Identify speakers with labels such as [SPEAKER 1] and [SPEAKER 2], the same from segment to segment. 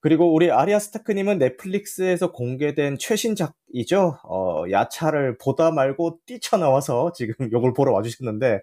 [SPEAKER 1] 그리고 우리 아리아 스타크님은 넷플릭스에서 공개된 최신작이죠. 어, 야차를 보다 말고 뛰쳐나와서 지금 요걸 보러 와주셨는데,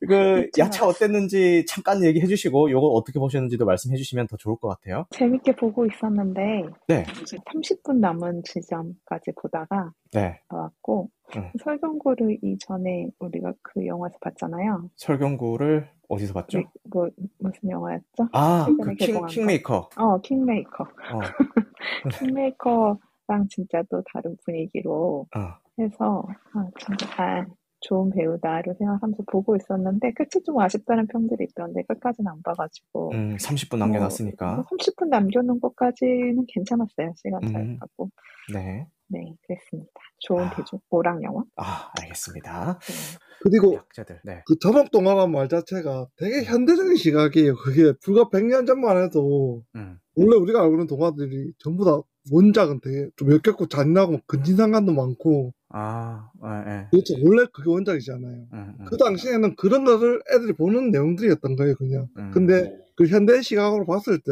[SPEAKER 1] 그,
[SPEAKER 2] 뛰쳐나와.
[SPEAKER 1] 야차 어땠는지 잠깐 얘기해 주시고, 요거 어떻게 보셨는지도 말씀해 주시면 더 좋을 것 같아요.
[SPEAKER 2] 재밌게 보고 있었는데
[SPEAKER 1] 네.
[SPEAKER 2] 이제 30분 남은 지점까지 보다가
[SPEAKER 1] 네.
[SPEAKER 2] 나왔고
[SPEAKER 1] 음.
[SPEAKER 2] 설경구를 이전에 우리가 그 영화에서 봤잖아요.
[SPEAKER 1] 설경구를 어디서 봤죠?
[SPEAKER 2] 네, 뭐 무슨 영화였죠?
[SPEAKER 1] 아, 그
[SPEAKER 2] 최근에
[SPEAKER 1] 킹,
[SPEAKER 2] 개봉한 거.
[SPEAKER 1] 킹메이커.
[SPEAKER 2] 어 킹메이커.
[SPEAKER 1] 어,
[SPEAKER 2] 킹메이커랑 진짜 또 다른 분위기로
[SPEAKER 1] 어.
[SPEAKER 2] 해서 아, 정말 좋은 배우다를 생각하면서 보고 있었는데 끝이 좀 아쉽다는 평들이 있던데 끝까지는 안 봐가지고
[SPEAKER 1] 음, 30분
[SPEAKER 2] 뭐
[SPEAKER 1] 남겨놨으니까.
[SPEAKER 2] 30분 남겨놓은 것까지는 괜찮았어요. 시간 잘
[SPEAKER 1] 음.
[SPEAKER 2] 가고.
[SPEAKER 1] 네.
[SPEAKER 2] 네, 그랬습니다. 좋은
[SPEAKER 1] 아.
[SPEAKER 2] 대중, 오락 영화.
[SPEAKER 1] 아, 알겠습니다.
[SPEAKER 2] 네.
[SPEAKER 3] 그리고
[SPEAKER 1] 약자들. 네.
[SPEAKER 3] 그 저목 동화가 말 자체가 되게 현대적인 시각이에요. 그게 불과 100년 전만 해도
[SPEAKER 1] 음.
[SPEAKER 3] 원래 우리가 알고 있는 동화들이 전부 다 원작은 되게 좀 역겹고 잔인하고 근친상간도 많고
[SPEAKER 1] 아, 예, 예.
[SPEAKER 3] 도대체 원래 그게 원작이잖아요.
[SPEAKER 1] 음, 음.
[SPEAKER 3] 그 당시에는 그런 거를 애들이 보는 내용들이었던 거예요, 그냥.
[SPEAKER 1] 음.
[SPEAKER 3] 근데 그 현대 시각으로 봤을 때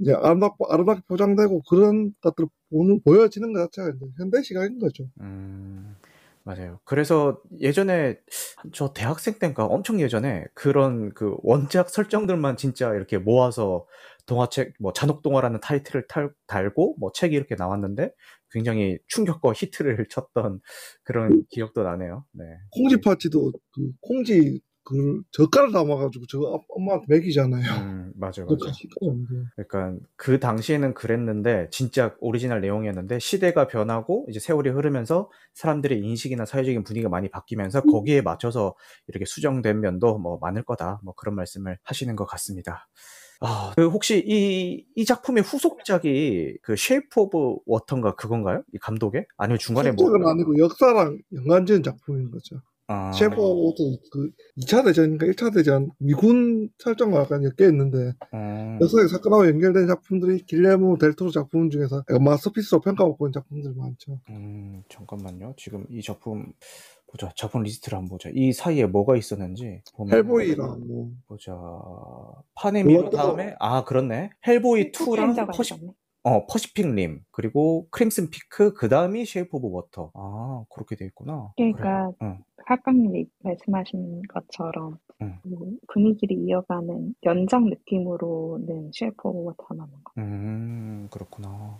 [SPEAKER 3] 이제 아름답고 아름답게 포장되고 그런 것들 보는 보여지는 것 자체가 이제 현대 시각인 거죠.
[SPEAKER 1] 음, 맞아요. 그래서 예전에 저 대학생 때인가 엄청 예전에 그런 그 원작 설정들만 진짜 이렇게 모아서 동화책 뭐 잔혹동화라는 타이틀을 탈, 달고 뭐 책이 이렇게 나왔는데 굉장히 충격과 히트를 쳤던 그런 기억도 나네요. 네.
[SPEAKER 3] 콩지 파티도 그 콩지 그 젓갈을 담아가지고 저거 아- 엄마한테 먹이잖아요.
[SPEAKER 1] 음, 맞아요,
[SPEAKER 3] 그거
[SPEAKER 1] 맞아요.
[SPEAKER 3] 같이 꺼내는데.
[SPEAKER 1] 그러니까 그 당시에는 그랬는데 진짜 오리지널 내용이었는데 시대가 변하고 이제 세월이 흐르면서 사람들의 인식이나 사회적인 분위기가 많이 바뀌면서
[SPEAKER 3] 음.
[SPEAKER 1] 거기에 맞춰서 이렇게 수정된 면도 뭐 많을 거다 뭐 그런 말씀을 하시는 것 같습니다. 아, 그 혹시 이, 이 작품의 후속작이 그 쉐이프 오브 워터인가 그건가요? 이 감독의? 아니면 중간에 뭐?
[SPEAKER 3] 속작은 아니고 역사랑 연관지은 작품인 거죠.
[SPEAKER 1] 아,
[SPEAKER 3] 셰프 오브도 그 2차 대전인가 1차 대전 미군 설정과 약간 엮여 있는데
[SPEAKER 1] 음,
[SPEAKER 3] 역사의 사건하고 연결된 작품들이 길레모 델토로 작품 중에서 약간 마스터피스로 평가받고 있는 작품들이 많죠.
[SPEAKER 1] 음, 잠깐만요. 지금 이 작품 보자. 작품 리스트를 한번 보자. 이 사이에 뭐가 있었는지 보면 음.
[SPEAKER 3] 헬보이랑 뭐
[SPEAKER 1] 보자. 파네미로
[SPEAKER 3] 그것도-
[SPEAKER 1] 다음에 아 그렇네. 헬보이 2랑
[SPEAKER 2] 팬자가
[SPEAKER 1] 퍼시,
[SPEAKER 2] 있었네.
[SPEAKER 1] 어, 퍼시픽 림 그리고 크림슨 피크 그 다음이 쉐이프 오브 워터. 아 그렇게 돼 있구나.
[SPEAKER 2] 그러니까
[SPEAKER 1] 그래. 응.
[SPEAKER 2] 학강님이 말씀하신 것처럼
[SPEAKER 1] 음.
[SPEAKER 2] 그 분위기를 이어가는 연장 느낌으로는 쉐프 오브 워터 나는 거.
[SPEAKER 1] 음 그렇구나.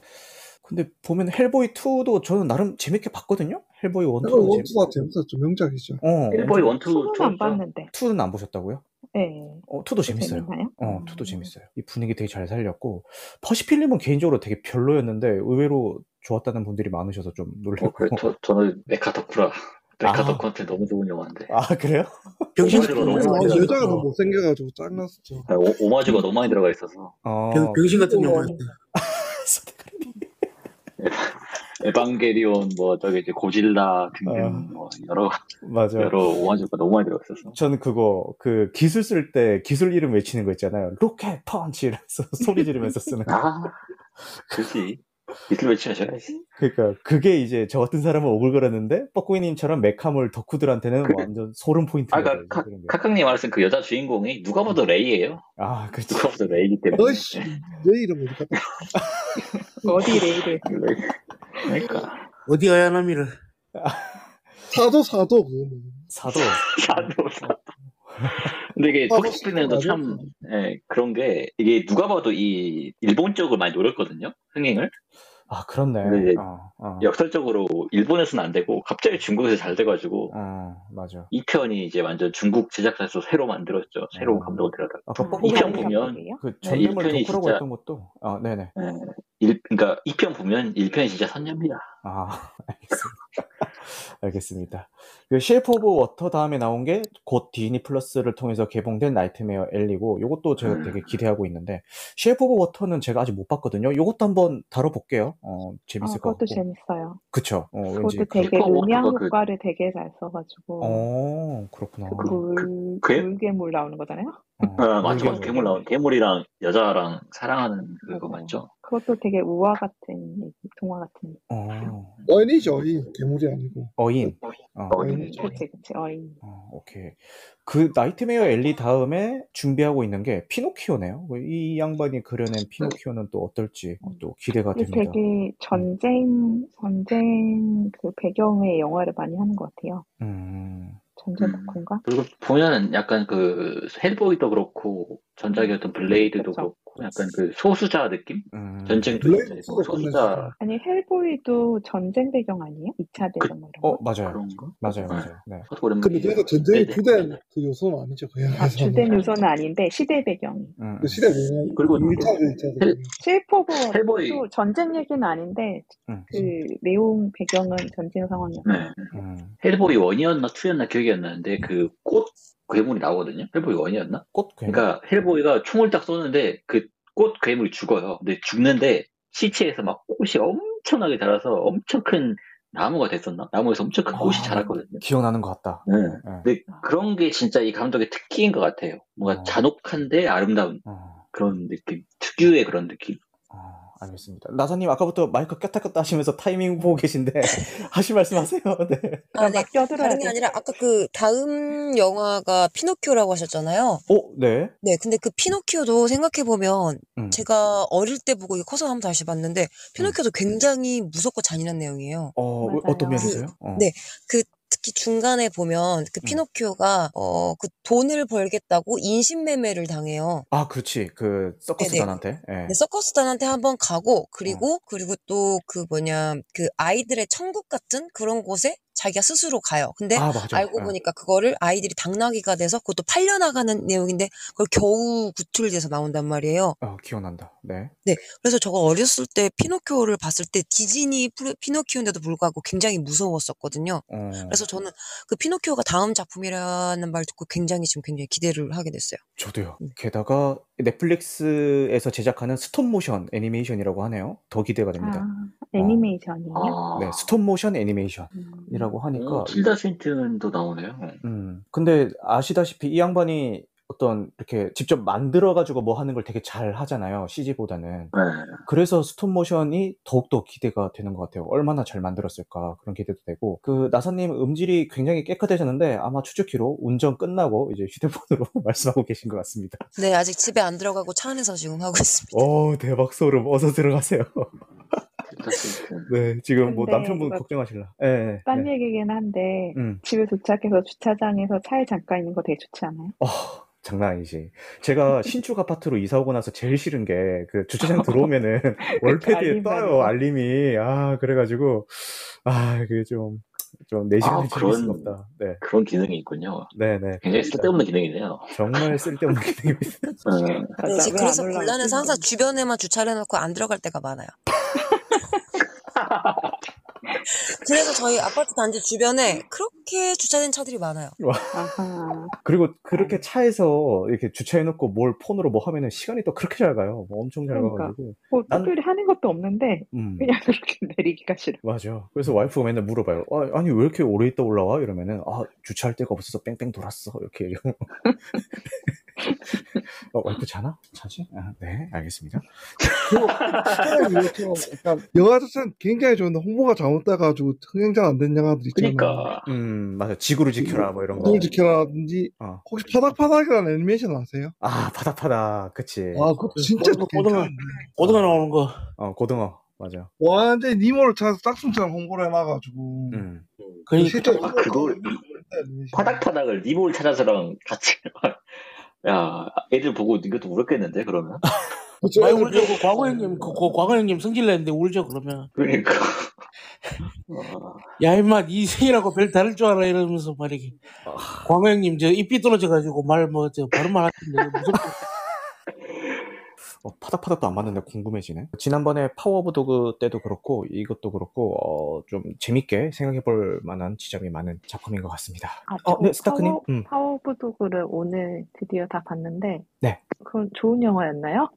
[SPEAKER 1] 근데 보면 헬보이 2도 저는 나름 재밌게 봤거든요. 헬보이 1, 2도
[SPEAKER 3] 원투다 재밌었죠. 명작이죠.
[SPEAKER 1] 어,
[SPEAKER 4] 일보이 네, 원투
[SPEAKER 2] 2는 안 봤는데.
[SPEAKER 1] 2는 안 보셨다고요?
[SPEAKER 2] 네.
[SPEAKER 1] 어, 2도 재밌어요.
[SPEAKER 2] 나요
[SPEAKER 1] 어, 투도 재밌어요. 이 분위기 되게 잘 살렸고, 퍼시필님은 개인적으로 되게 별로였는데, 의외로 좋았다는 분들이 많으셔서 좀
[SPEAKER 4] 어,
[SPEAKER 1] 놀랐고.
[SPEAKER 4] 그래, 저, 저는 메카덕후라. 메카덕후한테 너무 좋은 영화인데.
[SPEAKER 1] 아, 그래요?
[SPEAKER 5] 병신같은
[SPEAKER 4] 오마주가 너무
[SPEAKER 5] 영화가
[SPEAKER 1] 음.
[SPEAKER 4] 많이 들어가-
[SPEAKER 3] 여자가
[SPEAKER 5] 아니라
[SPEAKER 3] 너무 못생겨가지고 짱났었죠.
[SPEAKER 4] 아, 오- 오마주가 너무 많이 들어가 있어서.
[SPEAKER 1] 어,
[SPEAKER 5] 병- 그, 병신같은 영화였다
[SPEAKER 4] 에반게리온, 뭐, 저기 이제 고질라 등등,
[SPEAKER 1] 어.
[SPEAKER 4] 뭐, 여러,
[SPEAKER 1] 맞아요.
[SPEAKER 4] 여러 오마주가 너무 많이 들어가 있어서.
[SPEAKER 1] 저는 그거, 그, 기술 쓸 때 기술 이름 외치는 거 있잖아요. 로켓 펀치! 이러면서 소리 지르면서 쓰는 거.
[SPEAKER 4] 아, 그렇지. 이틀 며칠 하셔야지.
[SPEAKER 1] 그러니까, 그게 이제 저 같은 사람은 오글거렸는데, 뻐꾸이님처럼 메카몰 덕후들한테는
[SPEAKER 4] 그래.
[SPEAKER 1] 완전 소름 포인트가
[SPEAKER 4] 아, 까
[SPEAKER 1] 돼요, 그런 게.
[SPEAKER 4] 카카님 말씀 그 여자 주인공이 누가 봐도 레이예요
[SPEAKER 1] 아, 그렇죠.
[SPEAKER 4] 누가 봐도 레이기 때문에.
[SPEAKER 3] 어이씨, 내 이름 어디 갔다.
[SPEAKER 2] 음. 어디 레이를
[SPEAKER 4] 레이. 그러니까.
[SPEAKER 5] 어디 아야나미를
[SPEAKER 3] 사도 사도 그거는. 뭐.
[SPEAKER 1] 사도.
[SPEAKER 4] 나도 몰라. 근데 이게
[SPEAKER 3] 어,
[SPEAKER 4] 포스피는도 참 예, 그런 게 이게 누가 봐도 이 일본 쪽을 많이 노렸거든요 흥행을
[SPEAKER 1] 아, 그렇네.
[SPEAKER 4] 근데 이제
[SPEAKER 1] 어, 어.
[SPEAKER 4] 역설적으로 일본에서는 안 되고 갑자기 중국에서 잘 돼가지고
[SPEAKER 1] 어, 맞아.
[SPEAKER 4] 이 편이 이제 완전 중국 제작사에서 새로 만들었죠 새로운
[SPEAKER 1] 음.
[SPEAKER 4] 감독을 들여다
[SPEAKER 1] 아까
[SPEAKER 2] 아,
[SPEAKER 1] 뻐꾸이님
[SPEAKER 4] 이편 보면
[SPEAKER 1] 그
[SPEAKER 4] 네,
[SPEAKER 1] 전념을
[SPEAKER 4] 일편이
[SPEAKER 1] 덕후라고
[SPEAKER 4] 진짜-
[SPEAKER 1] 했던 것도 아 네네
[SPEAKER 4] 일, 그러니까 이 편 보면 1편이 진짜 선녀입니다
[SPEAKER 1] 아 알겠습니다 알겠습니다 그 쉐이프 오브 워터 다음에 나온 게 곧 디즈니 플러스를 통해서 개봉된 나이트메어 엘리고 요것도 제가
[SPEAKER 4] 음.
[SPEAKER 1] 되게 기대하고 있는데 쉐이프 오브 워터는 제가 아직 못 봤거든요 요것도 한번 다뤄볼게요 어 재밌을 것
[SPEAKER 2] 아, 그것도
[SPEAKER 1] 같고
[SPEAKER 2] 재밌어요.
[SPEAKER 1] 그쵸 어 왠지
[SPEAKER 2] 그것도 되게
[SPEAKER 4] 슈퍼
[SPEAKER 2] 음향
[SPEAKER 4] 워터가 그-
[SPEAKER 2] 효과를 되게 잘 써가지고
[SPEAKER 1] 어 그렇구나
[SPEAKER 2] 그 물,
[SPEAKER 4] 그-
[SPEAKER 2] 물괴물 나오는 거잖아요.
[SPEAKER 1] 어,
[SPEAKER 4] 아, 맞죠 맞죠
[SPEAKER 1] 모르겠네요.
[SPEAKER 4] 괴물
[SPEAKER 3] 음.
[SPEAKER 4] 나온 괴물이랑 여자랑 사랑하는 그거 맞죠
[SPEAKER 2] 그것도 되게 우화 같은 얘기도 동화 같은
[SPEAKER 1] 어,
[SPEAKER 3] 어인이죠, 이 괴물이 아니고.
[SPEAKER 1] 어인. 어,
[SPEAKER 4] 음.
[SPEAKER 3] 어인이죠.
[SPEAKER 2] 그치 그치 어인
[SPEAKER 1] 어, 오케이. 그 나이트메어 엘리 다음에 준비하고 있는 게 피노키오네요. 이 양반이 그려낸 피노키오는 또 어떨지 또 기대가
[SPEAKER 2] 이게
[SPEAKER 1] 됩니다.
[SPEAKER 2] 네. 되게 전쟁 전쟁 그 배경의 영화를 많이 하는 것 같아요
[SPEAKER 1] 음,
[SPEAKER 2] 전쟁
[SPEAKER 4] 음.
[SPEAKER 2] 덕후인가?
[SPEAKER 4] 그리고 보면은 약간 그 헬보이도 그렇고 전작의
[SPEAKER 3] 음.
[SPEAKER 4] 어떤 블레이드도
[SPEAKER 2] 그쵸.
[SPEAKER 4] 그렇고 약간 그 소수자 느낌?
[SPEAKER 1] 음.
[SPEAKER 4] 전쟁도
[SPEAKER 3] 그렇죠. 블레이드
[SPEAKER 4] 있고 소수자
[SPEAKER 2] 아니 헬보이도 전쟁 배경 아니에요? 2차 대전 뭐 이런 거?
[SPEAKER 1] 어, 맞아요.
[SPEAKER 4] 그런 거?
[SPEAKER 1] 맞아요. 맞아요. 네.
[SPEAKER 4] 저도 오랜만에
[SPEAKER 3] 근데 그래서 전쟁이
[SPEAKER 4] 예. 네네.
[SPEAKER 3] 주된 그 요소는 아니죠, 그
[SPEAKER 2] 아,
[SPEAKER 3] 영화에서.
[SPEAKER 2] 주된 요소는 아닌데 시대 배경이
[SPEAKER 1] 음,
[SPEAKER 3] 그 시대 배경.
[SPEAKER 4] 그리고
[SPEAKER 3] 1차, 뭐 2차.
[SPEAKER 2] 실포브도
[SPEAKER 4] 헬보이
[SPEAKER 2] 전쟁 얘기는 아닌데
[SPEAKER 1] 음.
[SPEAKER 2] 그 내용 배경은 전쟁 상황이었고
[SPEAKER 4] 네.
[SPEAKER 1] 음.
[SPEAKER 4] 헬보이 1이었나 2였나 기억이 안 나는데 그 꽃 괴물이 나오거든요. 헬보이 1이었나?
[SPEAKER 1] 꽃 괴물.
[SPEAKER 4] 그러니까 헬보이가 총을 딱 쏘는데 그 꽃 괴물이 죽어요. 근데 죽는데 시체에서 막 꽃이 엄청나게 자라서 엄청 큰 나무가 됐었나? 나무에서 엄청 큰 꽃이
[SPEAKER 1] 아.
[SPEAKER 4] 자랐거든요.
[SPEAKER 1] 기억나는 것 같다.
[SPEAKER 4] 네.
[SPEAKER 1] 네.
[SPEAKER 4] 근데 그런 게 진짜 이 감독의 특기인 것 같아요.
[SPEAKER 1] 어.
[SPEAKER 4] 뭔가 잔혹한데 아름다운
[SPEAKER 1] 어,
[SPEAKER 4] 그런 느낌. 특유의 그런 느낌.
[SPEAKER 1] 어, 알겠습니다. 나사님 아까부터 마이크 꼈다 꼈다 하시면서 타이밍 보고 계신데 하실 말씀하세요. 네.
[SPEAKER 6] 아, 네.
[SPEAKER 2] 껴들어야
[SPEAKER 6] 다른 게
[SPEAKER 2] 돼
[SPEAKER 6] 아니라 아까 그 다음 영화가 피노키오라고 하셨잖아요.
[SPEAKER 1] 어, 네.
[SPEAKER 6] 네, 근데 그 피노키오도 생각해 보면
[SPEAKER 1] 음.
[SPEAKER 6] 제가 어릴 때 보고 이게 커서 한번 다시 봤는데 피노키오도
[SPEAKER 1] 음.
[SPEAKER 6] 굉장히 무섭고 잔인한 내용이에요.
[SPEAKER 1] 어,
[SPEAKER 2] 맞아요.
[SPEAKER 1] 어떤 면이세요? 어.
[SPEAKER 6] 네. 특히 중간에 보면 그
[SPEAKER 1] 음.
[SPEAKER 6] 피노키오가 어 그 돈을 벌겠다고 인신매매를 당해요.
[SPEAKER 1] 아, 그렇지. 그
[SPEAKER 6] 네,
[SPEAKER 1] 서커스단한테. 예.
[SPEAKER 6] 근데 서커스단한테 한번
[SPEAKER 1] 음.
[SPEAKER 6] 가고 그리고 그리고 또 그 뭐냐 그 아이들의 천국 같은 그런 곳에 자기가 스스로 가요. 근데
[SPEAKER 1] 아, 맞아.
[SPEAKER 6] 네. 알고
[SPEAKER 1] 예.
[SPEAKER 6] 보니까 그거를 아이들이 당나귀가 돼서 그것도 팔려나가는 내용인데 그걸 겨우 구출돼서 나온단 말이에요.
[SPEAKER 1] 어, 기억난다. 네.
[SPEAKER 6] 그래서 저거 어렸을 때 피노키오를 봤을 때 디즈니 프로- 피노키오인데도 불구하고 굉장히 무서웠었거든요.
[SPEAKER 1] 어.
[SPEAKER 6] 그래서 저는 그 피노키오가 다음 작품이라는 말 듣고 굉장히 지금 굉장히 기대를 하게 됐어요.
[SPEAKER 1] 저도요.
[SPEAKER 6] 음.
[SPEAKER 1] 게다가 넷플릭스에서 제작하는 스톱모션 애니메이션이라고 하네요. 더 기대가 됩니다.
[SPEAKER 2] 아, 애니메이션이에요?
[SPEAKER 4] 아.
[SPEAKER 1] 네, 스톱모션 애니메이션이라고
[SPEAKER 2] 음.
[SPEAKER 1] 하니까
[SPEAKER 4] 어, 틸다 스윈튼도 나오네요.
[SPEAKER 1] 음. 근데 아시다시피 이 양반이 어떤 이렇게 직접 만들어 가지고 뭐 하는 걸 되게 잘 하잖아요. CG보다는.
[SPEAKER 4] 네.
[SPEAKER 1] 그래서 스톱모션이 더욱더 기대가 되는 것 같아요. 얼마나 잘 만들었을까 그런 기대도 되고 그 나사님 음질이 굉장히 깨끗해졌는데 아마 추측키로 운전 끝나고 이제 휴대폰으로 말씀하고 계신 것 같습니다.
[SPEAKER 6] 네, 아직 집에 안 들어가고 차 안에서 지금 하고 있습니다.
[SPEAKER 1] 오 어, 대박 소름 어서 들어가세요.
[SPEAKER 4] 틸다 스윈튼.
[SPEAKER 1] 네 지금 뭐
[SPEAKER 2] 근데
[SPEAKER 1] 남편분
[SPEAKER 2] 이거
[SPEAKER 1] 걱정하실라. 예. 네,
[SPEAKER 2] 딴 얘기긴 한데
[SPEAKER 1] 음.
[SPEAKER 2] 집에 도착해서 주차장에서 차에 잠깐 있는 거 되게 좋지 않아요?
[SPEAKER 6] 네,
[SPEAKER 1] 어, 장난 아니지. 제가 신축 아파트로 이사 오고 나서 제일 싫은 게 그 주차장 들어오면은 월패드에
[SPEAKER 2] 알림
[SPEAKER 1] 떠요
[SPEAKER 2] 날리고.
[SPEAKER 1] 알림이. 아 그래가지고 아 그게 좀좀내 시간을
[SPEAKER 4] 아,
[SPEAKER 1] 즐길 수가
[SPEAKER 4] 그런-
[SPEAKER 1] 없다. 네.
[SPEAKER 4] 그런 기능이 있군요.
[SPEAKER 1] 네네.
[SPEAKER 4] 굉장히 쓸데없는 기능이네요.
[SPEAKER 1] 정말 쓸데없는 기능입니다. 어,
[SPEAKER 4] 네.
[SPEAKER 2] 맞아,
[SPEAKER 6] 네, 이제
[SPEAKER 2] 그러니까 왜안
[SPEAKER 6] 그래서
[SPEAKER 2] 올라오지?
[SPEAKER 6] 곤란해서 항상 주변에만 주차를 해놓고 안 들어갈 때가 많아요. 그래서 저희 아파트 단지 주변에 그렇게 주차된 차들이 많아요.
[SPEAKER 2] 아하.
[SPEAKER 1] 그리고
[SPEAKER 4] 어.
[SPEAKER 1] 그렇게 차에서 이렇게 주차해놓고 뭘 폰으로 뭐 하면은 시간이 또 그렇게 잘 가요. 뭐 엄청 잘
[SPEAKER 2] 그러니까.
[SPEAKER 1] 가가지고.
[SPEAKER 2] 뭐
[SPEAKER 1] 난-
[SPEAKER 2] 특별히 하는 것도 없는데
[SPEAKER 1] 음.
[SPEAKER 2] 그냥 그렇게 내리기가 싫어.
[SPEAKER 1] 맞아. 그래서 와이프가 맨날 물어봐요. 아, 아니, 왜 이렇게 오래 있다 올라와? 이러면은, 아, 주차할 데가 없어서 뺑뺑 돌았어. 이렇게 얘기하고. 어, 와이프 자나? 자지? 아, 네, 알겠습니다.
[SPEAKER 3] 그리고 약간 영화 자체는 굉장히 좋은데 홍보가 잘못돼가지고 흥행장 안 된 영화들 있잖아요.
[SPEAKER 4] 그러니까
[SPEAKER 1] 음, 맞아. 지구를 지켜라, 뭐 이런 거.
[SPEAKER 3] 누굴 지켜라든지
[SPEAKER 1] 어.
[SPEAKER 3] 혹시 파닥파닥이라는 애니메이션 아세요?
[SPEAKER 1] 아, 바닥바닥. 그치.
[SPEAKER 3] 아, 그거 진짜
[SPEAKER 5] 네. 고등어,
[SPEAKER 3] 괜찮은데.
[SPEAKER 5] 고등어. 고등어 나오는 거.
[SPEAKER 1] 어, 고등어. 맞아.
[SPEAKER 3] 완전 니모를 찾아서 짝퉁처럼 홍보를 해놔가지고
[SPEAKER 1] 음.
[SPEAKER 5] 그러니까
[SPEAKER 3] 실제
[SPEAKER 4] 아, 그걸 파닥파닥을 니몰 찾아서랑 같이 야 애들 보고 이것도 울었겠는데 그러면
[SPEAKER 5] 많이 울죠. 과거 형님, 그, 그 과거 형님 성질냈는데 울죠, 그러면.
[SPEAKER 4] 그러니까 어,
[SPEAKER 5] 야, 임마, 니 생일하고 별 다를 줄 알아, 이러면서 말이게.
[SPEAKER 3] 아.
[SPEAKER 5] 과거 형님, 저, 입 삐뚤어져가지고 말, 뭐, 저, 발음만 하던데, 무섭게.
[SPEAKER 1] 어, 파닥파닥도 안 맞는데 궁금해지네. 지난번에 파워 오브 도그 때도 그렇고, 이것도 그렇고, 어, 좀 재밌게 생각해 볼 만한 지점이 많은 작품인 것 같습니다.
[SPEAKER 2] 아,
[SPEAKER 1] 어,
[SPEAKER 2] 저
[SPEAKER 1] 네, 스타크님.
[SPEAKER 2] 파워,
[SPEAKER 1] 음.
[SPEAKER 2] 파워 오브 도그를 오늘 드디어 다 봤는데
[SPEAKER 1] 네.
[SPEAKER 2] 그건 좋은 영화였나요?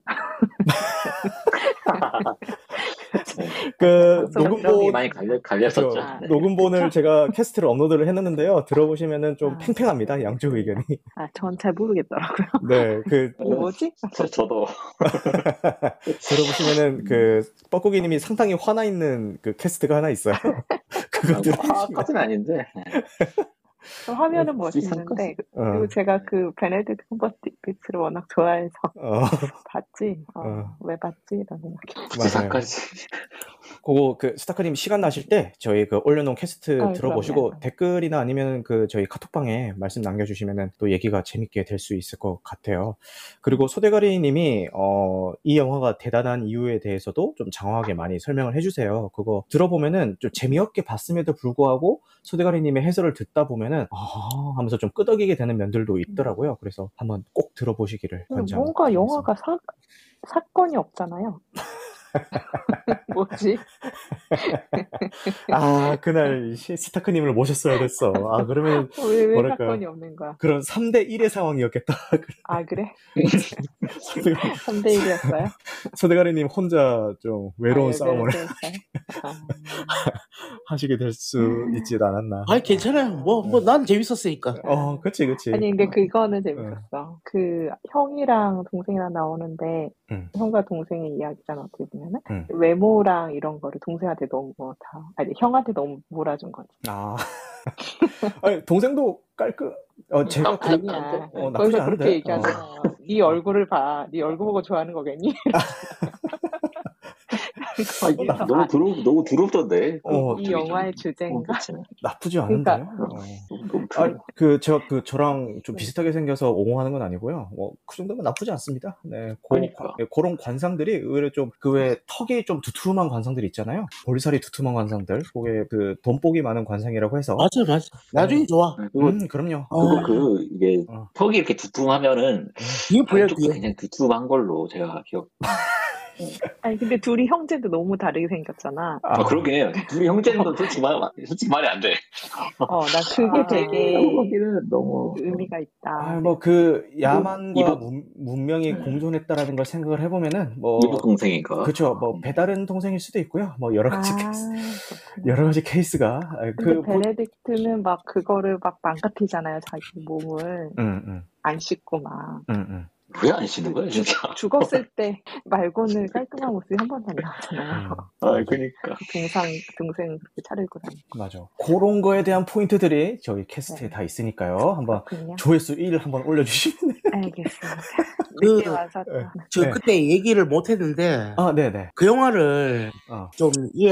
[SPEAKER 1] 그
[SPEAKER 2] 방송
[SPEAKER 1] 녹음본
[SPEAKER 4] 사람이 많이 갈려,
[SPEAKER 1] 그렇죠.
[SPEAKER 4] 갈렸었죠.
[SPEAKER 2] 아, 네.
[SPEAKER 1] 녹음본을 제가 캐스트를 업로드를 했는데요. 들어보시면은 좀
[SPEAKER 2] 아.
[SPEAKER 1] 팽팽합니다. 양쪽 의견이.
[SPEAKER 2] 아, 전 잘 모르겠더라고요.
[SPEAKER 1] 네, 그
[SPEAKER 2] 이게 어, 뭐지?
[SPEAKER 4] 저, 저도
[SPEAKER 1] 들어보시면은 그 뻐꾸기님이 상당히 화나 있는 그 캐스트가 하나 있어요. 그거
[SPEAKER 2] 아, 뭐.
[SPEAKER 1] 들으시면
[SPEAKER 4] 화까지는 아, 아닌데
[SPEAKER 2] 저 화면은
[SPEAKER 4] 이
[SPEAKER 2] 멋있는데
[SPEAKER 4] 상까지.
[SPEAKER 1] 어,
[SPEAKER 2] 그리고 제가 그 베네딕트 컴버티비치를 워낙 좋아해서
[SPEAKER 1] 어,
[SPEAKER 2] 봤지. 어,
[SPEAKER 1] 어.
[SPEAKER 2] 왜 봤지? 이런 생각.
[SPEAKER 1] 맞아요.
[SPEAKER 4] 부산까지
[SPEAKER 1] 그거 그 스타크님 시간 나실 때 저희 그 올려놓은 캐스트
[SPEAKER 2] 아,
[SPEAKER 1] 들어보시고
[SPEAKER 2] 그럼요.
[SPEAKER 1] 댓글이나 아니면 그 저희 카톡방에 말씀 남겨주시면은 또 얘기가 재밌게 될 수 있을 것 같아요. 그리고 소대가리님이 어, 이 영화가 대단한 이유에 대해서도 좀 장황하게 많이 설명을 해주세요. 그거 들어보면은 좀 재미없게 봤음에도 불구하고 소대가리님의 해설을 듣다 보면은 아 하면서 좀 끄덕이게 되는 면들도 있더라고요. 그래서 한번 꼭 들어보시기를
[SPEAKER 2] 근데
[SPEAKER 1] 권장.
[SPEAKER 2] 음, 뭔가 영화가 사, 사건이 없잖아요. 뭐지?
[SPEAKER 1] 아 그날 시- 스타크님을 모셨어야 됐어. 아 그러면
[SPEAKER 2] 왜, 왜
[SPEAKER 1] 뭐랄까요?
[SPEAKER 2] 사건이 없는 거야?
[SPEAKER 1] 그런 3대 1의 상황이었겠다.
[SPEAKER 2] 아, 그래?
[SPEAKER 1] 소대가리-
[SPEAKER 2] 3대1이었어요? 아, 예,
[SPEAKER 1] 소대가리님 혼자 좀
[SPEAKER 2] 네,
[SPEAKER 1] 외로운 싸움을 하시게 될 수
[SPEAKER 2] 음.
[SPEAKER 1] 있지 않았나.
[SPEAKER 5] 아니 괜찮아요. 뭐 뭐 난 재밌었으니까.
[SPEAKER 1] 어, 그치, 그치.
[SPEAKER 2] 아니 근데 그거는 재밌었어. 그 형이랑 동생이랑 나오는데
[SPEAKER 1] 음.
[SPEAKER 2] 형과 동생의 이야기잖아 어떻게 보면은
[SPEAKER 1] 음.
[SPEAKER 2] 외모랑 이런 거를 동생한테 너무 뭐 다 아니 형한테 너무 몰아준 거지.
[SPEAKER 1] 아. 아니, 동생도 깔끔, 어, 제가
[SPEAKER 4] 나쁘지
[SPEAKER 1] 그,
[SPEAKER 4] 않은데?
[SPEAKER 2] 아니야.
[SPEAKER 1] 어, 나쁘지 않은데?
[SPEAKER 2] 거기서
[SPEAKER 1] 어.
[SPEAKER 2] 그렇게 얘기하잖아. 네 얼굴을 봐. 네 얼굴 보고 좋아하는 거겠니?
[SPEAKER 4] 아, 이게 너무 두루 너무 두렵던데.
[SPEAKER 1] 어,
[SPEAKER 2] 이 영화의 주제인가?
[SPEAKER 1] 나쁘지 않은데요? 어. 아, 그, 제가 그, 저랑 좀 비슷하게 생겨서 옹호하는 건 아니고요. 뭐, 그 정도면 나쁘지 않습니다. 네. 고,
[SPEAKER 4] 그러니까.
[SPEAKER 1] 예, 그런 관상들이 의외로 좀, 그 외에 턱이 좀 두툼한 관상들이 있잖아요. 볼살이 두툼한 관상들. 그게 그, 돈복이 많은 관상이라고 해서.
[SPEAKER 5] 맞아 맞아. 나중에 좋아.
[SPEAKER 4] 그리고
[SPEAKER 1] 음, 그럼요.
[SPEAKER 4] 그거
[SPEAKER 5] 어.
[SPEAKER 4] 그 이게
[SPEAKER 1] 어.
[SPEAKER 4] 턱이 이렇게 두툼하면은
[SPEAKER 5] 이게 보여
[SPEAKER 4] 반쪽도
[SPEAKER 5] 뒤에.
[SPEAKER 4] 그냥 두툼한 걸로 제가 기억.
[SPEAKER 2] 아니 근데 둘이 형제도 너무 다르게 생겼잖아.
[SPEAKER 4] 아, 그러긴 해요. 둘이 형제인 건 솔직히 말 솔직히 말이 안 돼.
[SPEAKER 2] 어 나 그게 되게
[SPEAKER 4] 거기는 너무
[SPEAKER 2] 의미가 있다.
[SPEAKER 1] 아, 뭐 그 야만과
[SPEAKER 4] 이거-
[SPEAKER 1] 문- 문명이
[SPEAKER 2] 네.
[SPEAKER 4] 음.
[SPEAKER 1] 공존했다라는 걸 생각을 해보면은 뭐
[SPEAKER 4] 이복 동생인가.
[SPEAKER 1] 그렇죠 뭐 배다른 동생일 수도 있고요 뭐 여러
[SPEAKER 2] 아,
[SPEAKER 1] 가지 케이스,
[SPEAKER 2] 그렇구나.
[SPEAKER 1] 여러 가지 케이스가 아,
[SPEAKER 2] 근데
[SPEAKER 1] 그 보-
[SPEAKER 2] 베네딕트는 막 그거를 막 망가뜨리잖아요, 자기 몸을.
[SPEAKER 1] 음, 음,
[SPEAKER 2] 안 씻고 막.
[SPEAKER 1] 음, 음.
[SPEAKER 4] 왜안 쉬는 거야 진짜.
[SPEAKER 2] 죽었을 때 말고는 깔끔한 모습이 한 번도 안 나왔잖아요.
[SPEAKER 1] 음,
[SPEAKER 4] 아 그러니까.
[SPEAKER 2] 동상, 동생 그렇게 차려입고 다니고.
[SPEAKER 1] 맞아 그런 거에 대한 포인트들이 저희 캐스트에
[SPEAKER 2] 네.
[SPEAKER 1] 다 있으니까요 한번
[SPEAKER 2] 그냥
[SPEAKER 1] 조회수 1 한번 올려주시면
[SPEAKER 2] 알겠습니다.
[SPEAKER 5] 그-
[SPEAKER 2] 늦게 와서 또
[SPEAKER 1] 네.
[SPEAKER 5] 저
[SPEAKER 1] 네.
[SPEAKER 5] 그때 얘기를 못 했는데
[SPEAKER 1] 아 네네
[SPEAKER 5] 그 영화를
[SPEAKER 1] 어,
[SPEAKER 5] 좀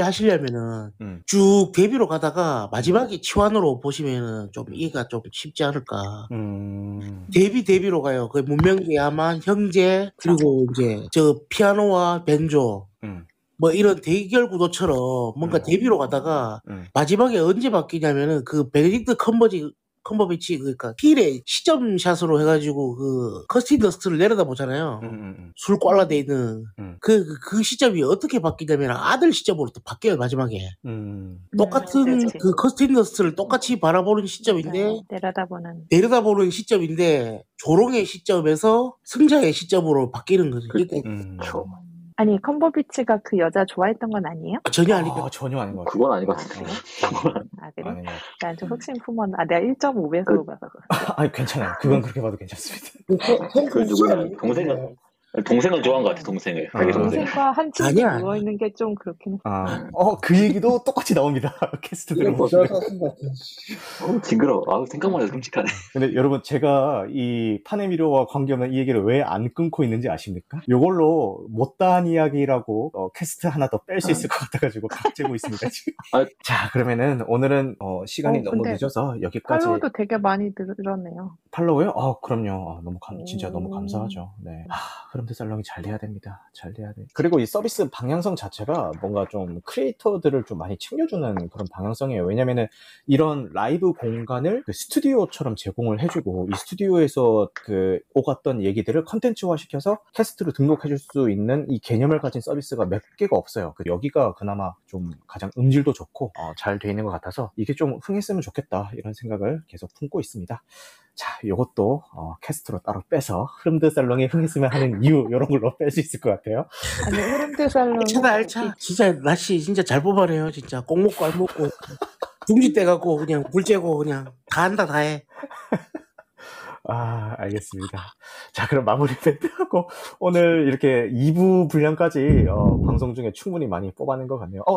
[SPEAKER 5] 이해하시려면은
[SPEAKER 1] 음.
[SPEAKER 5] 쭉 데뷔로 가다가 마지막에 치환으로 보시면은 좀 이해가 좀 쉽지 않을까.
[SPEAKER 1] 음,
[SPEAKER 5] 데뷔 데뷔로 가요. 그 문명기 야만 형제 그리고 이제 저 피아노와 벤조
[SPEAKER 1] 음,
[SPEAKER 5] 뭐 이런 대결 구도처럼 뭔가
[SPEAKER 1] 음.
[SPEAKER 5] 데뷔로 가다가
[SPEAKER 1] 음.
[SPEAKER 5] 마지막에 언제 바뀌냐면은 그 베네딕트 컨버지 컨버비치 그러니까 필의 시점샷으로 해가지고 그 커스티 더스트를 내려다 보잖아요.
[SPEAKER 1] 음, 음,
[SPEAKER 5] 술 꽐라 돼 있는
[SPEAKER 1] 음.
[SPEAKER 5] 그, 그, 그 시점이 어떻게 바뀌냐면 아들 시점으로 또 바뀌어요 마지막에
[SPEAKER 1] 음, 음.
[SPEAKER 5] 똑같은
[SPEAKER 2] 네, 그렇죠, 그치.
[SPEAKER 5] 그 커스티 더스트를 똑같이 바라보는 시점인데
[SPEAKER 2] 음. 네, 내려다보는.
[SPEAKER 5] 내려다보는 시점인데 조롱의 시점에서 승자의 시점으로 바뀌는 거죠.
[SPEAKER 4] 그-
[SPEAKER 5] 그러니까
[SPEAKER 1] 음.
[SPEAKER 4] 저-
[SPEAKER 2] 아니, 컴버비치가 그 여자 좋아했던 건 아니에요?
[SPEAKER 5] 전혀 아니고
[SPEAKER 1] 아, 전혀 아닌 것 같아요
[SPEAKER 4] 그건 아닌 것
[SPEAKER 2] 아,
[SPEAKER 4] 같은데.
[SPEAKER 2] 그래요? 아, 그래?
[SPEAKER 1] 아닌 것 같아요.
[SPEAKER 2] 난좀 흑심 품었나? 아, 내가
[SPEAKER 5] 그
[SPEAKER 2] 1.5배속으로 봐서 그래.
[SPEAKER 1] 아니 괜찮아요 그건 그렇게 봐도 괜찮습니다
[SPEAKER 4] 그 누구야? 동생은 동생을 좋아한 것 같아 동생을.
[SPEAKER 1] 아.
[SPEAKER 4] 자기 동생.
[SPEAKER 2] 동생과 한층
[SPEAKER 5] 아니야, 아니야.
[SPEAKER 2] 누워있는 게 좀 그렇긴
[SPEAKER 1] 아, 어, 그 얘기도 똑같이 나옵니다. 캐스트들은.
[SPEAKER 2] 뭐-
[SPEAKER 3] 이거 잘 샀은 것 같아.
[SPEAKER 4] 어, 징그러워. 아 생각만 해도 끔찍하네.
[SPEAKER 1] 근데 여러분, 제가 이 파네미로와 관계없는 이 얘기를 왜 안 끊고 있는지 아십니까? 요걸로 못다한 이야기라고 어, 캐스트 하나 더 뺄 수 있을 것 같아가지고 박재고 있습니다, 지금.
[SPEAKER 4] 아.
[SPEAKER 1] 자, 그러면은 오늘은 어, 시간이
[SPEAKER 2] 어,
[SPEAKER 1] 너무
[SPEAKER 2] 근데
[SPEAKER 1] 늦어서 여기까지.
[SPEAKER 2] 팔로우도 되게 많이 늘었네요.
[SPEAKER 1] 팔로우요? 아, 그럼요. 아, 너무 감, 진짜 너무
[SPEAKER 2] 음.
[SPEAKER 1] 감사하죠. 네. 아, 흐름대 살롱이 잘 돼야 됩니다. 잘 돼야 돼. 그리고 이 서비스 방향성 자체가 뭔가 좀 크리에이터들을 좀 많이 챙겨주는 그런 방향성이에요. 왜냐면은 이런 라이브 공간을 그 스튜디오처럼 제공을 해주고 이 스튜디오에서 그 오갔던 얘기들을 컨텐츠화 시켜서 캐스트로 등록해줄 수 있는 이 개념을 가진 서비스가 몇 개가 없어요. 그 여기가 그나마 좀 가장 음질도 어, 좋고 잘 돼 있는 것 같아서 이게 좀 흥했으면 좋겠다 이런 생각을 계속 품고 있습니다. 자, 요것도 어, 캐스트로 따로 빼서 흐름드 살롱에 흥했으면 하는 이유 이런 걸로 뺄 수 있을 것 같아요.
[SPEAKER 2] 아니 흐름대 살롱
[SPEAKER 5] 알차다 알차. 진짜 날씨 진짜 잘 뽑아내요. 진짜 꼭 먹고 알 먹고 둥지 떼갖고 그냥 굴째고 그냥 다 한다 다 해.
[SPEAKER 1] 아, 알겠습니다. 자, 그럼 마무리 멘트하고 오늘 이렇게 2부 분량까지 어, 방송 중에 충분히 많이 뽑아낸 것 같네요. 어,